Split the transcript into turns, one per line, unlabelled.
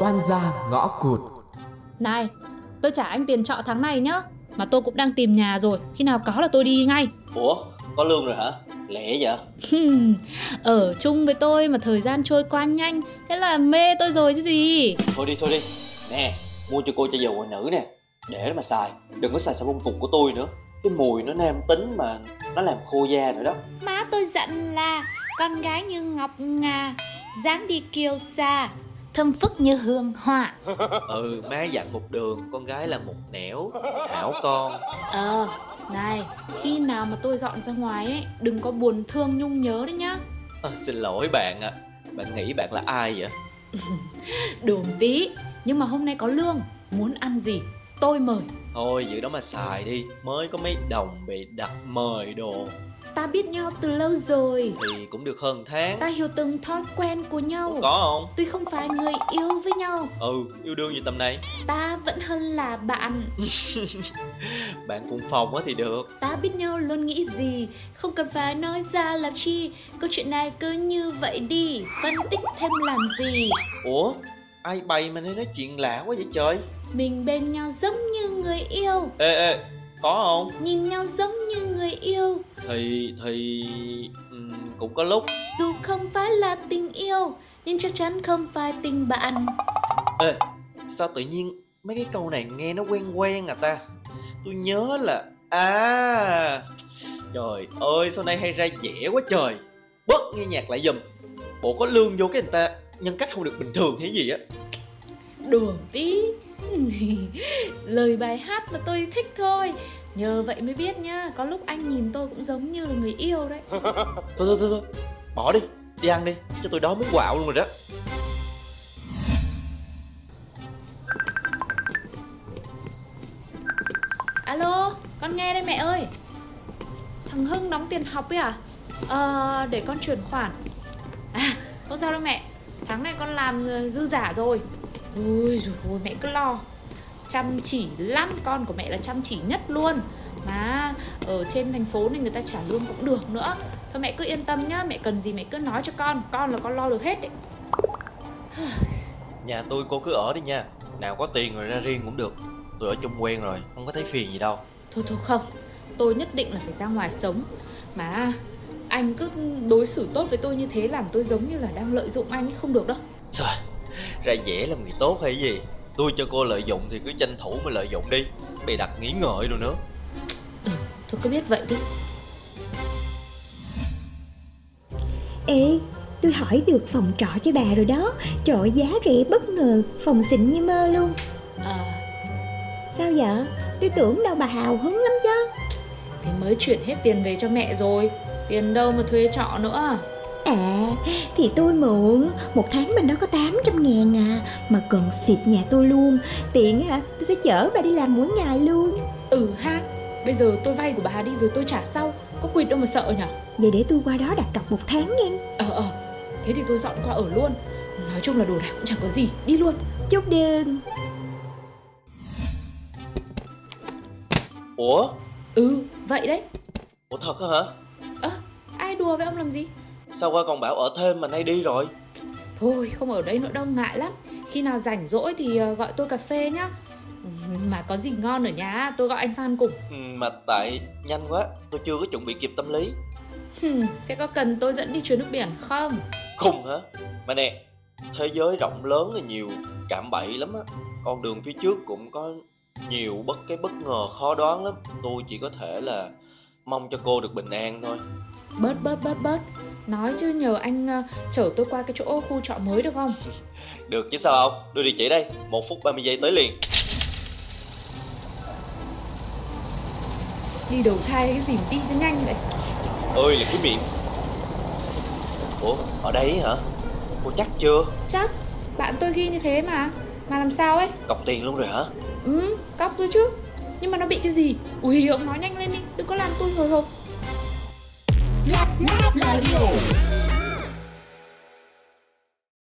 oan gia ngõ cụt
Này, tôi trả anh tiền trọ tháng này nhá Mà tôi cũng đang tìm nhà rồi Khi nào có là tôi đi ngay
Ủa, có lương rồi hả? Lẹ vậy?
Hmm, Ở chung với tôi mà thời gian trôi qua nhanh Thế là mê tôi rồi chứ gì
Thôi đi, thôi đi Nè, mua cho cô chai dầu ngoại nữ nè Để đó mà xài Đừng có xài xà bông cục của tôi nữa Cái mùi nó nam tính mà Nó làm khô da nữa đó
Má tôi dặn là con gái như ngọc ngà, dáng đi kiêu xa, thơm phức như hương họa.
Ừ, má dặn một đường Con gái là một nẻo Hảo con
Ờ, này, khi nào mà tôi dọn ra ngoài ấy Đừng có buồn thương nhung nhớ đấy nhá
à, Xin lỗi bạn ạ Bạn nghĩ bạn là ai vậy?
Đùm tí Nhưng mà hôm nay có lương Muốn ăn gì, tôi mời
Thôi giữ đó mà xài đi Mới có mấy đồng bị đặt mời đồ
Ta biết nhau từ lâu rồi
Thì cũng được hơn tháng
Ta hiểu từng thói quen của nhau
Có
Tuy không phải người yêu với nhau
không? Ừ, yêu đương gì tầm này
Ta vẫn hơn là bạn
Bạn cùng phòng á thì được
Ta biết nhau luôn nghĩ gì Không cần phải nói ra làm chi Câu chuyện này cứ như vậy đi Phân tích thêm làm gì
Ủa, ai bày mà nay nói chuyện lạ quá vậy trời
Mình bên nhau giống như người yêu
Ê, ê, có không?
Nhìn nhau giống như người yêu
thì thì ừm, cũng có lúc
Dù không phải là tình yêu Nhưng chắc chắn không phải tình bạn
sao tự nhiên mấy cái câu này nghe nó quen quen à ta tôi nhớ là à trời ơi sau này hay ra dẻ quá trời bớt nghe nhạc lại giùm bộ có lương vô cái người ta nhân cách không được bình thường hay gì á
Đùa tí Lời bài hát mà tôi thích thôi Nhờ vậy mới biết nhá Có lúc anh nhìn tôi cũng giống như là người yêu đấy
thôi thôi thôi thôi bỏ đi đi ăn đi cho tôi đói muốn quạo luôn rồi đó
Alo, con nghe đây mẹ ơi Thằng Hưng đóng tiền học ấy à? Ờ, để con chuyển khoản À, không sao đâu mẹ Tháng này con làm ờ, dư giả rồi Ui dồi ôi, mẹ cứ lo Chăm chỉ lắm, con của mẹ là chăm chỉ nhất luôn Mà ở trên thành phố này người ta trả lương cũng được nữa Thôi mẹ cứ yên tâm nhá, mẹ cần gì mẹ cứ nói cho con Con là con lo được hết đấy
nhà tôi cô cứ ở đi nha nào có tiền rồi ra riêng cũng được tôi ở chung quen rồi không có thấy phiền gì đâu
Thôi thôi không, tôi nhất định là phải ra ngoài sống Mà anh cứ đối xử tốt với tôi như thế làm tôi giống như là đang lợi dụng anh ấy không được đâu
ra dẻ làm người tốt hay gì tôi cho cô lợi dụng thì cứ tranh thủ mà lợi dụng đi bày đặt nghĩ ngợi rồi nữa
Thôi cứ biết vậy đi
Ê, tôi hỏi được phòng trọ cho bà rồi đó Trời ơi, giá rẻ bất ngờ, phòng xịn như mơ luôn
À,
Sao vậy? Tôi tưởng đâu bà hào hứng lắm chứ
thì mới chuyển hết tiền về cho mẹ rồi Tiền đâu mà thuê trọ nữa
À, thì tôi mượn Một tháng mình đó có 800 ngàn à Mà cần xịt nhà tôi luôn Tiện à, tôi sẽ chở bà đi làm mỗi ngày luôn
Ừ ha, bây giờ tôi vay của bà đi rồi tôi trả sau Có quỵt đâu mà sợ nhở
Vậy để tôi qua đó đặt cọc một tháng nha
Ờ ờ, thế thì tôi dọn qua ở luôn Nói chung là đồ đạc cũng chẳng có gì, đi luôn
Chúc đơn
ủa
Ừ, vậy đấy,
ủa thật á hả
ai đùa với ông làm gì
sao qua còn bảo ở thêm mà nay đi rồi
Thôi không ở đây nữa đâu ngại lắm Khi nào rảnh rỗi thì ờ, gọi tôi cà phê nhá Ừ, Mà có gì ngon ở nhà tôi gọi anh sang ăn cùng
Ừ, mà tại nhanh quá tôi chưa có chuẩn bị kịp tâm lý
Hừm, Thế có cần tôi dẫn đi chuyến nước biển không?
khùng hả mà nè thế giới rộng lớn là nhiều cạm bẫy lắm á con đường phía trước cũng có nhiều bất cái bất ngờ khó đoán lắm tôi chỉ có thể là mong cho cô được bình an thôi
Bớt bớt bớt bớt Nói chứ nhờ anh ờ, chở tôi qua cái chỗ khu trọ mới được không?
được chứ sao không đưa địa chỉ đây một phút 30 giây tới liền
Đi đầu thai cái gì mà đi cho nhanh vậy
ơi là cái miệng ủa ở đây hả cô chắc chưa
Chắc bạn tôi ghi như thế mà Mà làm sao ấy?
cọc tiền luôn rồi hả
Ừ, cóc tôi chứ Nhưng mà nó bị cái gì? Ui, ông nói nhanh lên đi Đừng có làm tôi hồi hộp
Lát lát radio.